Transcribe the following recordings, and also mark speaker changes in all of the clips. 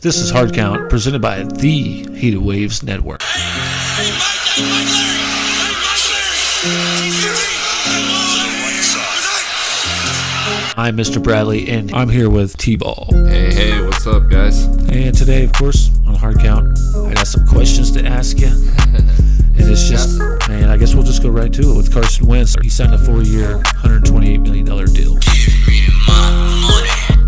Speaker 1: This is Hard Count, presented by the Heat of Waves Network.
Speaker 2: Hey, Mike, hey, Mike Larry. Hey, Mike Larry. Fury. Come on.
Speaker 1: I'm Mr. Bradley, and I'm here with T Ball.
Speaker 3: Hey, hey, what's up, guys?
Speaker 1: And today, of course, on Hard Count, I got some questions to ask you. And it's just, man, I guess we'll just go right to it with Carson Wentz. He signed a four year, $128 million deal.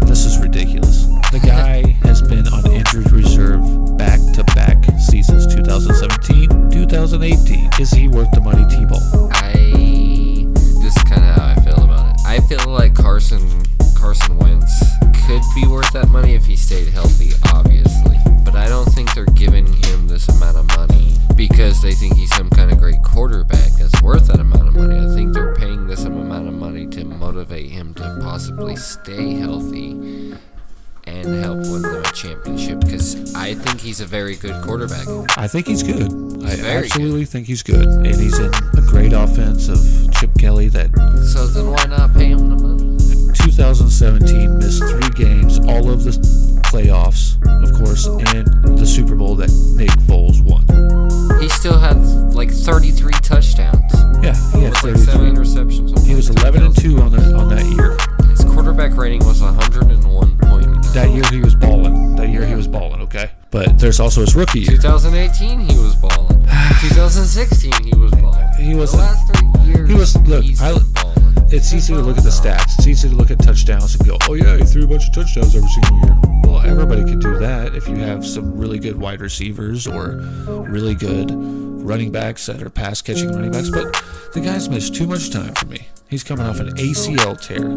Speaker 1: This is ridiculous. The guy has been on injured reserve back to back seasons 2017, 2018. Is he worth the money, T Ball?
Speaker 3: I this is kind of how I feel about it. I feel like Carson Carson Wentz could be worth that money if he stayed healthy, obviously. But I don't think they're giving him this amount of money because they think he's some kind of great quarterback that's worth that amount of money. I think they're paying this amount of money to motivate him to possibly stay healthy and help win them a championship because I think he's a very good quarterback.
Speaker 1: I think he's good. I
Speaker 3: Very good.
Speaker 1: absolutely think he's good. And he's in a great offense of Chip Kelly that
Speaker 3: So then why not pay him the money?
Speaker 1: 2017 missed three games, all of the playoffs, of course, and the Super Bowl that Nick Foles won.
Speaker 3: He still had like 33 touchdowns.
Speaker 1: Yeah, he had
Speaker 3: with like
Speaker 1: 33.
Speaker 3: seven interceptions.
Speaker 1: He was 11 and 2 on that on that year.
Speaker 3: His quarterback rating was 101 point.
Speaker 1: That year he was balling. That year he was balling. Okay, but there's also his rookie year.
Speaker 3: 2018, he was balling. 2016, he was balling.
Speaker 1: He was-
Speaker 3: The last three years,
Speaker 1: he was- look,
Speaker 3: he's
Speaker 1: I-
Speaker 3: been balling.
Speaker 1: It's easy to look at the stats. It's easy to look at touchdowns and go, "Oh yeah, he threw a bunch of touchdowns every single year." Well, everybody could do that if you have some really good wide receivers or really good running backs that are pass catching running backs. But the guy's missed too much time for me. He's coming off an ACL tear.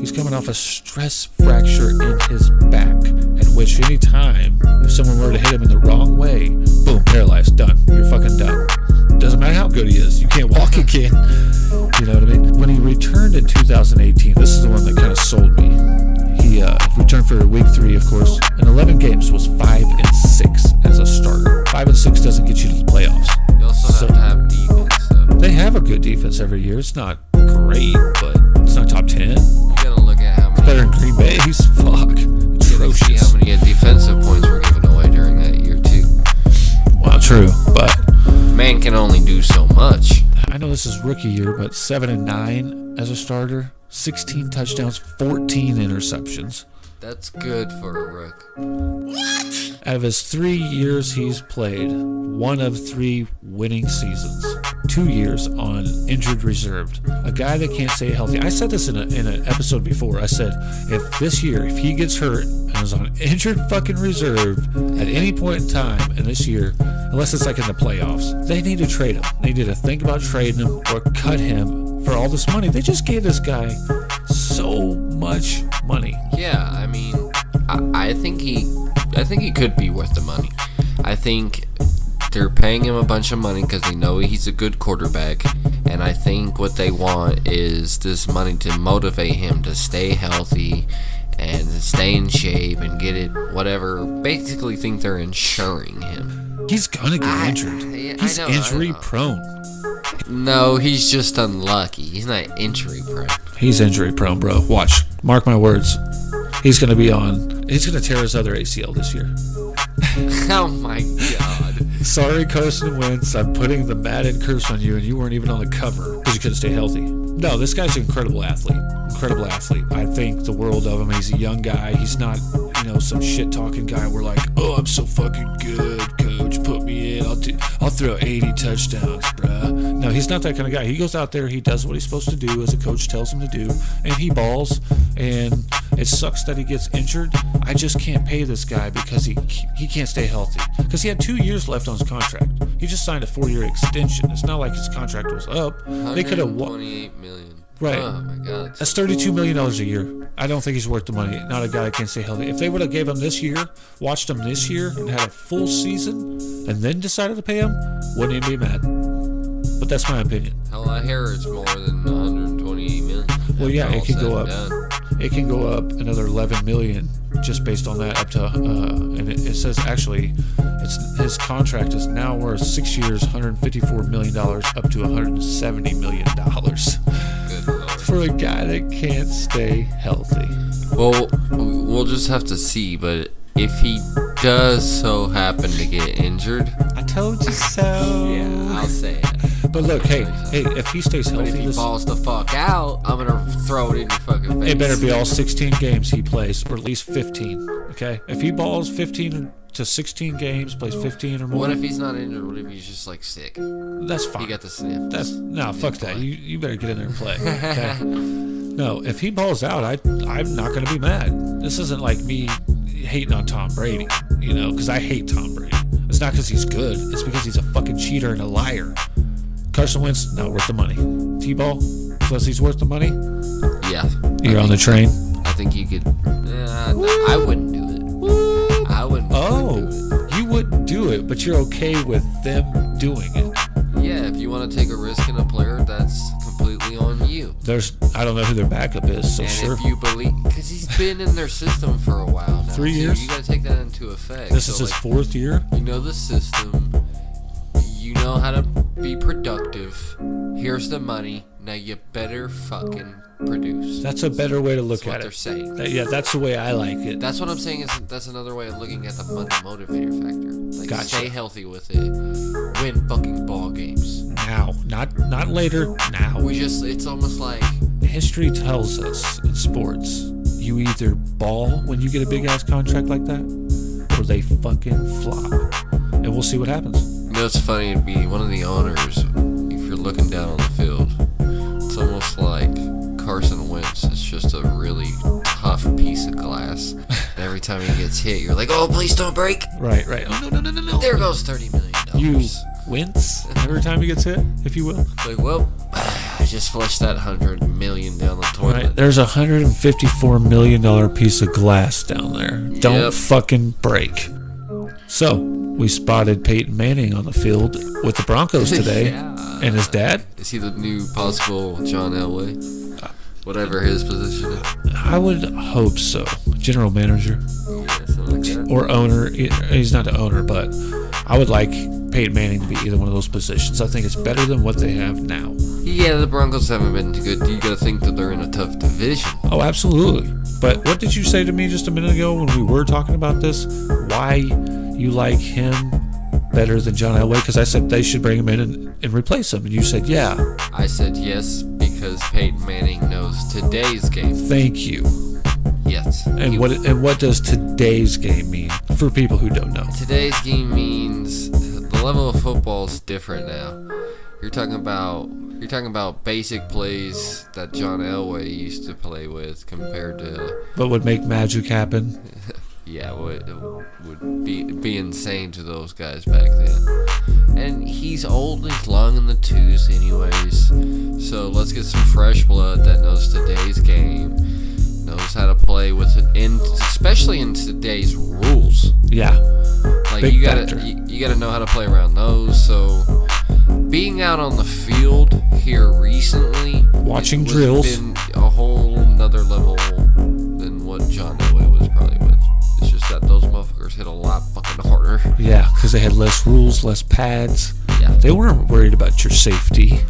Speaker 1: He's coming off a stress fracture in his back, at which any time if someone were to hit him in the wrong way, boom, paralyzed, done. You're fucking done. Doesn't matter how good he is, you can't walk again. You know what I mean? When he returned in 2018, this is the one that kind of sold me. He uh, returned for week three, of course, and 11 games was five and six as a starter. Five and six doesn't get you to the playoffs.
Speaker 3: You also
Speaker 1: so-
Speaker 3: have to have defense, though.
Speaker 1: They have a good defense every year. It's not great, but it's not top 10. It's
Speaker 3: You gotta look at how many.
Speaker 1: better than Green Bay's. Fuck.
Speaker 3: you gotta see how
Speaker 1: Atrocious.
Speaker 3: many defensive points were given away during that year too.
Speaker 1: Wow, true. But
Speaker 3: Man can only do so much.
Speaker 1: I know this is rookie year, but seven and nine as a starter, 16 touchdowns, 14 interceptions.
Speaker 3: That's good for a rook.
Speaker 1: Out of his three years he's played, one of three winning seasons, two years on injured reserved. A guy that can't stay healthy. I said this in, a, in an episode before. I said, if this year, if he gets hurt and is on injured fucking reserve at any point in time in this year, unless it's like in the playoffs, they need to trade him. They need to think about trading him or cut him for all this money. They just gave this guy so much money.
Speaker 3: Yeah, I mean, I, I think he, I think he could be worth the money. I think they're paying him a bunch of money because they know he's a good quarterback, and I think what they want is this money to motivate him to stay healthy and stay in shape and get it whatever. Basically, think they're insuring him.
Speaker 1: He's gonna get
Speaker 3: I-
Speaker 1: injured.
Speaker 3: yeah, I
Speaker 1: He's
Speaker 3: know, I
Speaker 1: injury
Speaker 3: know.
Speaker 1: prone.
Speaker 3: No, he's just unlucky. He's not injury prone.
Speaker 1: He's injury prone, bro. Watch. Mark my words. He's going to be on. He's going to tear his other ACL this year.
Speaker 3: oh my god.
Speaker 1: Sorry, Carson Wentz. I'm putting the Madden curse on you, and you weren't even on the cover because you couldn't stay healthy. No, this guy's an incredible athlete. Incredible athlete. I think the world of him. He's a young guy. He's not, you know, some shit talking guy. We're like, oh, I'm so fucking good, coach. Put me in. I'll, do, I'll throw 80 touchdowns, bruh. No, he's not that kind of guy. He goes out there, he does what he's supposed to do as a coach tells him to do, and he balls. And it sucks that he gets injured. I just can't pay this guy because he he can't stay healthy. Because he had two years left on his contract. He just signed a four-year extension. It's not like his contract was up. They could have. Wa-
Speaker 3: 28 million.
Speaker 1: Right.
Speaker 3: Oh my god.
Speaker 1: that's thirty-two million dollars a year. I don't think he's worth the money. Not a guy that can stay healthy. If they would have gave him this year, watched him this year, and had a full season, and then decided to pay him, wouldn't even be mad. But that's my opinion.
Speaker 3: Hell, I hear it's more than 128 million.
Speaker 1: Well, yeah, it
Speaker 3: After all
Speaker 1: could
Speaker 3: said
Speaker 1: go
Speaker 3: and
Speaker 1: up.
Speaker 3: done.
Speaker 1: it can go up another 11 million just based on that up to uh, and it, it says actually it's his contract is now worth six years 154 million dollars up to 170 million dollars
Speaker 3: Good lord.
Speaker 1: for a guy that can't stay healthy
Speaker 3: Well, we'll just have to see. But if he does so happen to get injured,
Speaker 1: I told you so.
Speaker 3: I'll say it.
Speaker 1: But look, hey, hey, if he stays
Speaker 3: But
Speaker 1: healthy,
Speaker 3: if he
Speaker 1: this,
Speaker 3: balls the fuck out, I'm gonna throw it in your fucking face.
Speaker 1: it better be all 16 games he plays, or at least 15. Okay, if he balls 15 to 16 games, plays 15 or more,
Speaker 3: What if he's not injured? What if he's just like sick? He
Speaker 1: that's fine.
Speaker 3: got the sniff.
Speaker 1: That's no fuck that. You you better get in there and play. Okay? no, if he balls out, I I'm not gonna be mad. This isn't like me hating on Tom Brady, you know, because I hate Tom Brady. It's not because he's good. It's because he's a fucking cheater and a liar. Carson Wentz not worth the money. T-ball, plus he's worth the money.
Speaker 3: yeah.
Speaker 1: You're
Speaker 3: I
Speaker 1: on the
Speaker 3: think-
Speaker 1: train.
Speaker 3: I think you could. Nah, no, I wouldn't do it. I wouldn't. do
Speaker 1: Oh, you wouldn't do it, but you're okay with them doing it.
Speaker 3: it. Yeah, if you want to take a risk in a player, that's completely on you.
Speaker 1: There's I don't know who their backup is, so
Speaker 3: And
Speaker 1: sure.
Speaker 3: if you believe, because he's been in their system for a while now.
Speaker 1: Three
Speaker 3: too.
Speaker 1: years?
Speaker 3: You gotta take that into effect.
Speaker 1: this
Speaker 3: So,
Speaker 1: is his
Speaker 3: like,
Speaker 1: fourth year.
Speaker 3: You know the system. You know how to be productive. Here's the money. Now you better fucking produce.
Speaker 1: That's a better way to look
Speaker 3: That's what
Speaker 1: at
Speaker 3: they're
Speaker 1: it.
Speaker 3: saying.
Speaker 1: That- Uh, yeah, that's the way I like it.
Speaker 3: That's what I'm saying. Is that's another way of looking at the money motivator factor. Like
Speaker 1: Gotcha.
Speaker 3: stay healthy with it. Win fucking ball games.
Speaker 1: now, not not later. Now,
Speaker 3: We just. It's almost like
Speaker 1: history tells us in sports, you either ball when you get a big ass contract like that, or they fucking flop, and we'll see what happens.
Speaker 3: You know, it's funny to be one of the owners. If you're looking down on the field, it's almost like Carson Wentz is just a really tough piece of glass. And every time he gets hit, you're like, "Oh, please don't break!"
Speaker 1: Right, right. Oh, no, no, no, no, no.
Speaker 3: There goes thirty million
Speaker 1: You
Speaker 3: dollars.
Speaker 1: wince every time he gets hit, if you will.
Speaker 3: Like, well, I just flushed that hundred million down the toilet.
Speaker 1: Right. There's a hundred and fifty-four million dollar piece of glass down there. Don't
Speaker 3: Yep.
Speaker 1: fucking break. So we spotted Peyton Manning on the field with the Broncos today,
Speaker 3: Yeah.
Speaker 1: and his dad.
Speaker 3: Is he the new possible John Elway? Whatever his position is.
Speaker 1: I would hope so. General manager
Speaker 3: Yeah, something like that.
Speaker 1: or owner. He- He's not the owner, but I would like Peyton Manning to be either one of those positions. I think it's better than what they have now.
Speaker 3: Yeah, the Broncos haven't been too good. You gotta think that they're in a tough division.
Speaker 1: Oh, absolutely. But what did you say to me just a minute ago when we were talking about this? Why you like him better than John Elway? Because I said they should bring him in and, and replace him. And you said, yeah,
Speaker 3: I said yes because Peyton Manning knows today's game.
Speaker 1: thank you.
Speaker 3: Yes.
Speaker 1: And
Speaker 3: He-
Speaker 1: what and what does today's game mean for people who don't know?
Speaker 3: today's game means the level of football is different now. You're talking about you're talking about basic plays that John Elway used to play with compared to
Speaker 1: What would make magic happen?
Speaker 3: yeah, would would be be insane to those guys back then. And he's old, he's long in the tooth, anyways. So let's get some fresh blood that knows today's game, knows how to play with it, and especially in today's rules.
Speaker 1: Yeah,
Speaker 3: Like
Speaker 1: Big
Speaker 3: you gotta
Speaker 1: factor.
Speaker 3: you, you gotta know how to play around those. So being out on the field here recently,
Speaker 1: Watching
Speaker 3: was-
Speaker 1: drills.
Speaker 3: been a whole nother level than what John Elway was probably with. It's just that those motherfuckers hit a lot fucking harder.
Speaker 1: yeah, because they had less rules, less pads.
Speaker 3: Yeah,
Speaker 1: They weren't worried about your safety.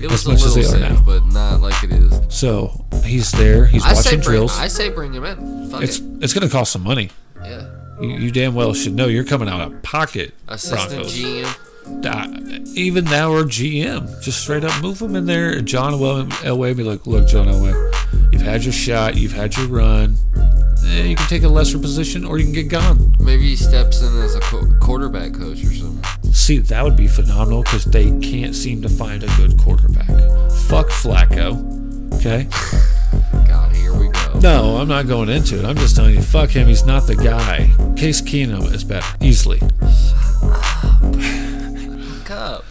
Speaker 3: it
Speaker 1: as
Speaker 3: was a
Speaker 1: much as
Speaker 3: little
Speaker 1: they are now.
Speaker 3: safe, but not like it is.
Speaker 1: So he's there. He's
Speaker 3: I say
Speaker 1: watching
Speaker 3: bring.
Speaker 1: drills.
Speaker 3: I say bring him in. Fuck
Speaker 1: it's
Speaker 3: it.
Speaker 1: it's gonna cost some money.
Speaker 3: Yeah.
Speaker 1: You, you damn well should know you're coming out of pocket,
Speaker 3: Assistant
Speaker 1: Broncos.
Speaker 3: GM.
Speaker 1: Uh, even now, or GM, just straight up move them in there. And John Wel- Elway be like, look, John Elway, you've had your shot, you've had your run. Eh, you can take a lesser position, or you can get gone.
Speaker 3: Maybe he steps in as a qu- quarterback coach or something.
Speaker 1: See, that would be phenomenal because they can't seem to find a good quarterback. Fuck Flacco. Okay.
Speaker 3: God, here we go.
Speaker 1: No, I'm not going into it. I'm just telling you, fuck him. He's not the guy. Case Keenum is better, easily.
Speaker 3: Fuck up.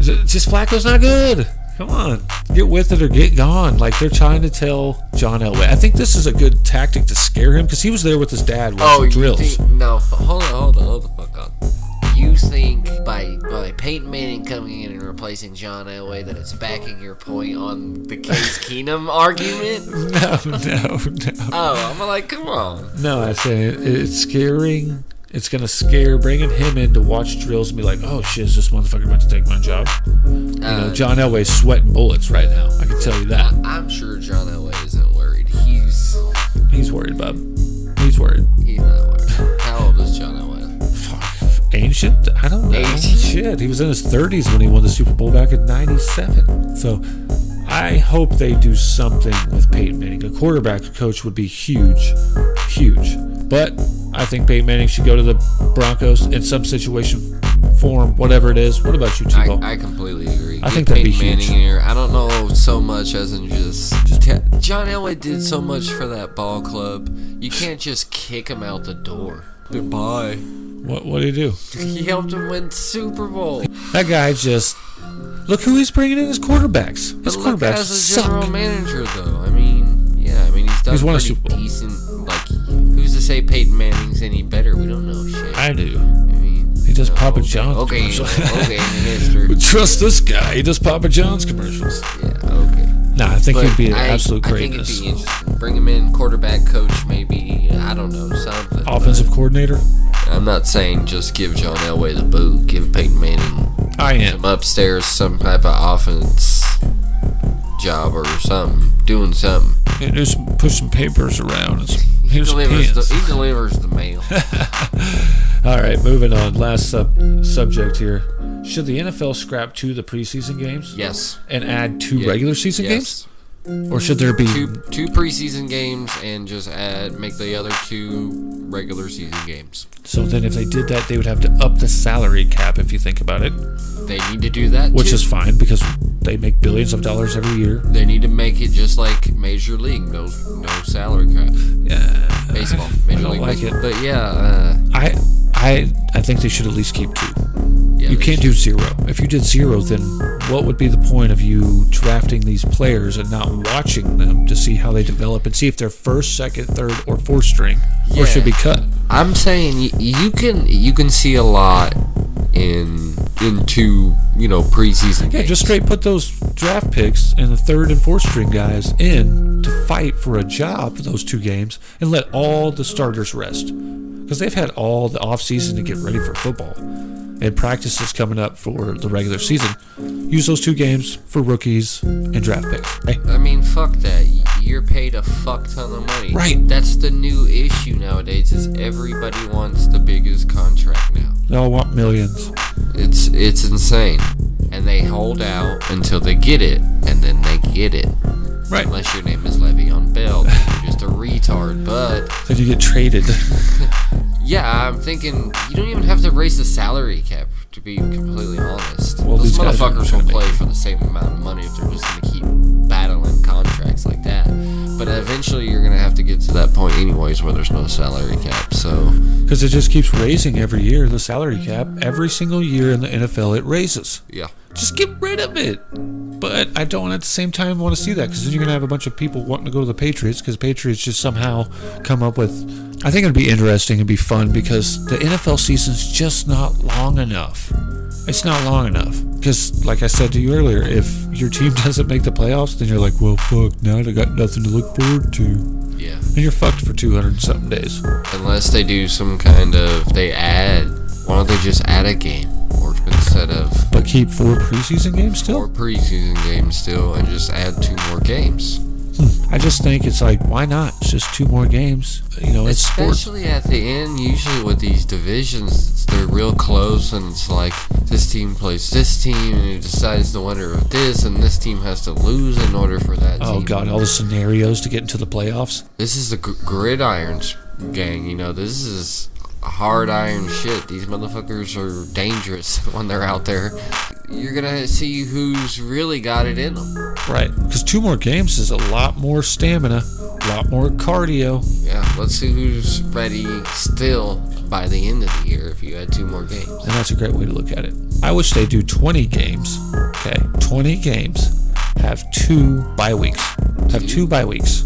Speaker 1: J- Just Flacco's not good. Come on, get with it or get gone. Like they're trying to tell John Elway. I think this is a good tactic to scare him because he was there with his dad
Speaker 3: Oh,
Speaker 1: watching drills.
Speaker 3: You think, no, f- hold on, hold on, hold the fuck up. You think by by Peyton Manning coming in and replacing John Elway that it's backing your point on the Case Keenum argument?
Speaker 1: No, no, no,
Speaker 3: Oh, I'm like, come on.
Speaker 1: no. I say it, it's scaring. It's gonna scare bringing him in to watch drills and be like, "Oh shit, is this motherfucker about to take my job?" You know,
Speaker 3: Uh,
Speaker 1: John Elway's sweating bullets right now. I can tell you that.
Speaker 3: I'm sure John Elway isn't worried. He's
Speaker 1: He's worried, bub. He's worried.
Speaker 3: he's not worried. How old is
Speaker 1: shit. I don't know.
Speaker 3: Eighty.
Speaker 1: Shit, he was in his 30s when he won the Super Bowl back in '97. So, I hope they do something with Peyton Manning. A quarterback coach would be huge, huge. But I think Peyton Manning should go to the Broncos in some situation, form, whatever it is. What about you, T-Ball?
Speaker 3: I, I completely agree.
Speaker 1: I
Speaker 3: Get
Speaker 1: think that'd be
Speaker 3: Peyton Manning
Speaker 1: huge.
Speaker 3: in here. I don't know so much as in just, Ta- John Elway did so much for that ball club. You can't just kick him out the door. Goodbye.
Speaker 1: what What do you do?
Speaker 3: He helped him win Super Bowl.
Speaker 1: That guy just look who he's bringing in as quarterbacks. His
Speaker 3: But look
Speaker 1: quarterbacks
Speaker 3: as a general
Speaker 1: suck.
Speaker 3: manager though. I mean, yeah, I mean he's done
Speaker 1: He's won a
Speaker 3: pretty
Speaker 1: Super Bowl.
Speaker 3: decent. Like, who's to say Peyton Manning's any better? We don't know shit.
Speaker 1: I do.
Speaker 3: mean,
Speaker 1: He does
Speaker 3: no,
Speaker 1: Papa
Speaker 3: okay,
Speaker 1: John's
Speaker 3: Okay,
Speaker 1: commercial.
Speaker 3: okay, Mr.
Speaker 1: But trust this guy. He does Papa John's commercials.
Speaker 3: Yeah, okay.
Speaker 1: Nah, I think
Speaker 3: But
Speaker 1: he'd be an
Speaker 3: I-
Speaker 1: absolute
Speaker 3: I think
Speaker 1: greatness.
Speaker 3: it'd be interesting. Bring him in, quarterback coach, maybe. I don't know, something.
Speaker 1: Offensive coordinator?
Speaker 3: I'm not saying just give John Elway the boot. Give Peyton Manning
Speaker 1: I am.
Speaker 3: some upstairs, some type of offense job or something. Doing something.
Speaker 1: And just push some papers around. And some,
Speaker 3: He
Speaker 1: here's some
Speaker 3: delivers,
Speaker 1: pens.
Speaker 3: the, he delivers the mail.
Speaker 1: All right, moving on. Last sub- subject here. Should the NFL scrap two of the preseason games
Speaker 3: yes.
Speaker 1: and add two
Speaker 3: Yeah.
Speaker 1: regular season
Speaker 3: Yes.
Speaker 1: games? Or should there be.
Speaker 3: Two, two preseason games and just add make the other two regular season games.
Speaker 1: So then, if they did that, they would have to up the salary cap, if you think about it,
Speaker 3: They need to do that
Speaker 1: which
Speaker 3: too.
Speaker 1: is fine because they make billions of dollars every year.
Speaker 3: They need to make it just like Major League, no no salary cap.
Speaker 1: Yeah.
Speaker 3: Baseball,
Speaker 1: I
Speaker 3: Major
Speaker 1: don't
Speaker 3: League
Speaker 1: like
Speaker 3: Baseball. But yeah, uh,
Speaker 1: I, I, I think they should at least keep two.
Speaker 3: yeah
Speaker 1: You
Speaker 3: they
Speaker 1: can't
Speaker 3: should-
Speaker 1: do zero. If you did zero, then what would be the point of you drafting these players and not watching them to see how they develop and see if they're first, second, third, or fourth string or should be cut?
Speaker 3: I'm saying you, you can you can see a lot in into you know preseason
Speaker 1: Yeah,
Speaker 3: games.
Speaker 1: just straight put those draft picks and the third and fourth string guys in to fight for a job for those two games and let all the starters rest because they've had all the offseason to get ready for football and practices coming up for the regular season. Use those two games for rookies and draft picks. Hey,
Speaker 3: I mean, fuck that. You're paid a fuck ton of money.
Speaker 1: Right.
Speaker 3: That's the new issue nowadays. Is everybody wants the biggest contract now.
Speaker 1: they all want millions.
Speaker 3: It's it's insane, and they hold out until they get it, and then they get it.
Speaker 1: Right.
Speaker 3: Unless your name is Le'Veon Bell, then you're just a retard. But
Speaker 1: Then you get traded.
Speaker 3: yeah, I'm thinking you don't even have to raise the salary cap. To be completely honest,
Speaker 1: Well,
Speaker 3: those
Speaker 1: these guys are
Speaker 3: motherfuckers
Speaker 1: gonna
Speaker 3: will
Speaker 1: make-
Speaker 3: play for the same amount of money if they're just gonna keep battling contracts like that. But eventually, you're gonna have to get to that point anyways, where there's no salary cap. So
Speaker 1: Because it just keeps raising every year, the salary cap. Every single year in the NFL, it raises.
Speaker 3: yeah,
Speaker 1: Just get rid of it. But I don't at the same time want to see that because then you're going to have a bunch of people wanting to go to the Patriots because Patriots just somehow come up with. I think it'd be interesting and be fun because the NFL season's just not long enough. It's not long enough because, like I said to you earlier, if your team doesn't make the playoffs, then you're like, well, fuck, now I got nothing to look forward to. And
Speaker 3: yeah.
Speaker 1: you're fucked for 200 and something days.
Speaker 3: Unless they do some kind of they add. Why don't they just add a game or instead of
Speaker 1: But keep four preseason games
Speaker 3: four
Speaker 1: still?
Speaker 3: preseason games still and just add two more games?
Speaker 1: I just think it's like, why not? It's just two more games. You know, it's sports.
Speaker 3: Especially at the end, usually with these divisions, it's- they're real close and it's like this team plays this team and it decides the winner of this and this team has to lose in order for that
Speaker 1: Oh,
Speaker 3: team.
Speaker 1: God, all the scenarios to get into the playoffs.
Speaker 3: This is the gr- gridirons gang, you know, this is hard iron shit. These motherfuckers are dangerous when they're out there. You're gonna see who's really got it in them.
Speaker 1: Right. Because two more games is a lot more stamina, a lot more cardio.
Speaker 3: Yeah, let's see who's ready still by the end of the year if you had two more games.
Speaker 1: And that's a great way to look at it. I wish they do 20 games. Okay. 20 games. Have two bye weeks. Have two bye weeks.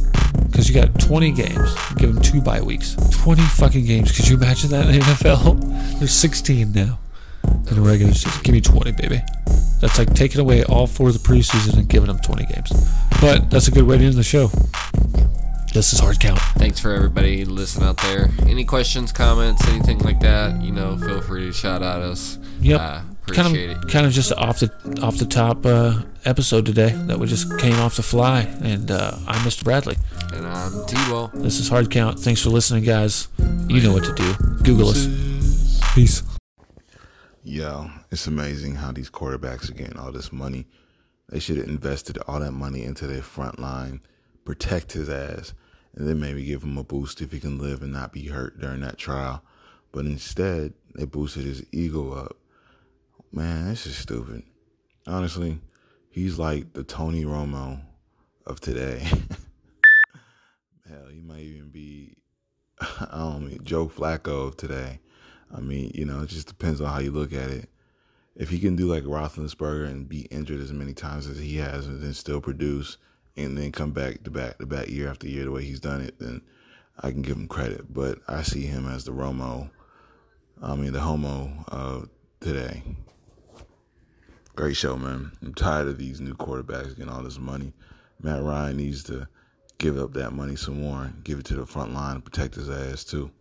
Speaker 1: Because you got 20 games. Give them two bye weeks. 20 fucking games. Could you imagine that in the NFL? There's 16 now in the regular season. Give me 20, baby. That's like taking away all four of the preseason and giving them 20 games. But that's a good way to end the show. This is hard count.
Speaker 3: Thanks for everybody listening out there. Any questions, comments, anything like that, you know, feel free to shout at us.
Speaker 1: Yep.
Speaker 3: Uh,
Speaker 1: kind
Speaker 3: appreciate
Speaker 1: of,
Speaker 3: it.
Speaker 1: kind of just off the off the top uh, episode today that we just came off the fly, and uh, I'm Mr. Bradley.
Speaker 3: And I'm T-Ball.
Speaker 1: This is Hard Count. Thanks for listening, guys. You know what to do. Google us. Peace.
Speaker 4: Yo, it's amazing how these quarterbacks are getting all this money. They should have invested all that money into their front line, protect his ass, and then maybe give him a boost if he can live and not be hurt during that trial. But instead, they boosted his ego up. Man, this is stupid. Honestly, he's like the Tony Romo of today. Hell, he might even be, I don't mean, Joe Flacco of today. I mean, you know, it just depends on how you look at it. If he can do like Roethlisberger and be injured as many times as he has, and then still produce, and then come back to back to back year after year the way he's done it, then I can give him credit. But I see him as the Romo, I mean the Homo of today. Great show, man. I'm tired of these new quarterbacks getting all this money. Matt Ryan needs to give up that money some more, and give it to the front line and protect his ass too.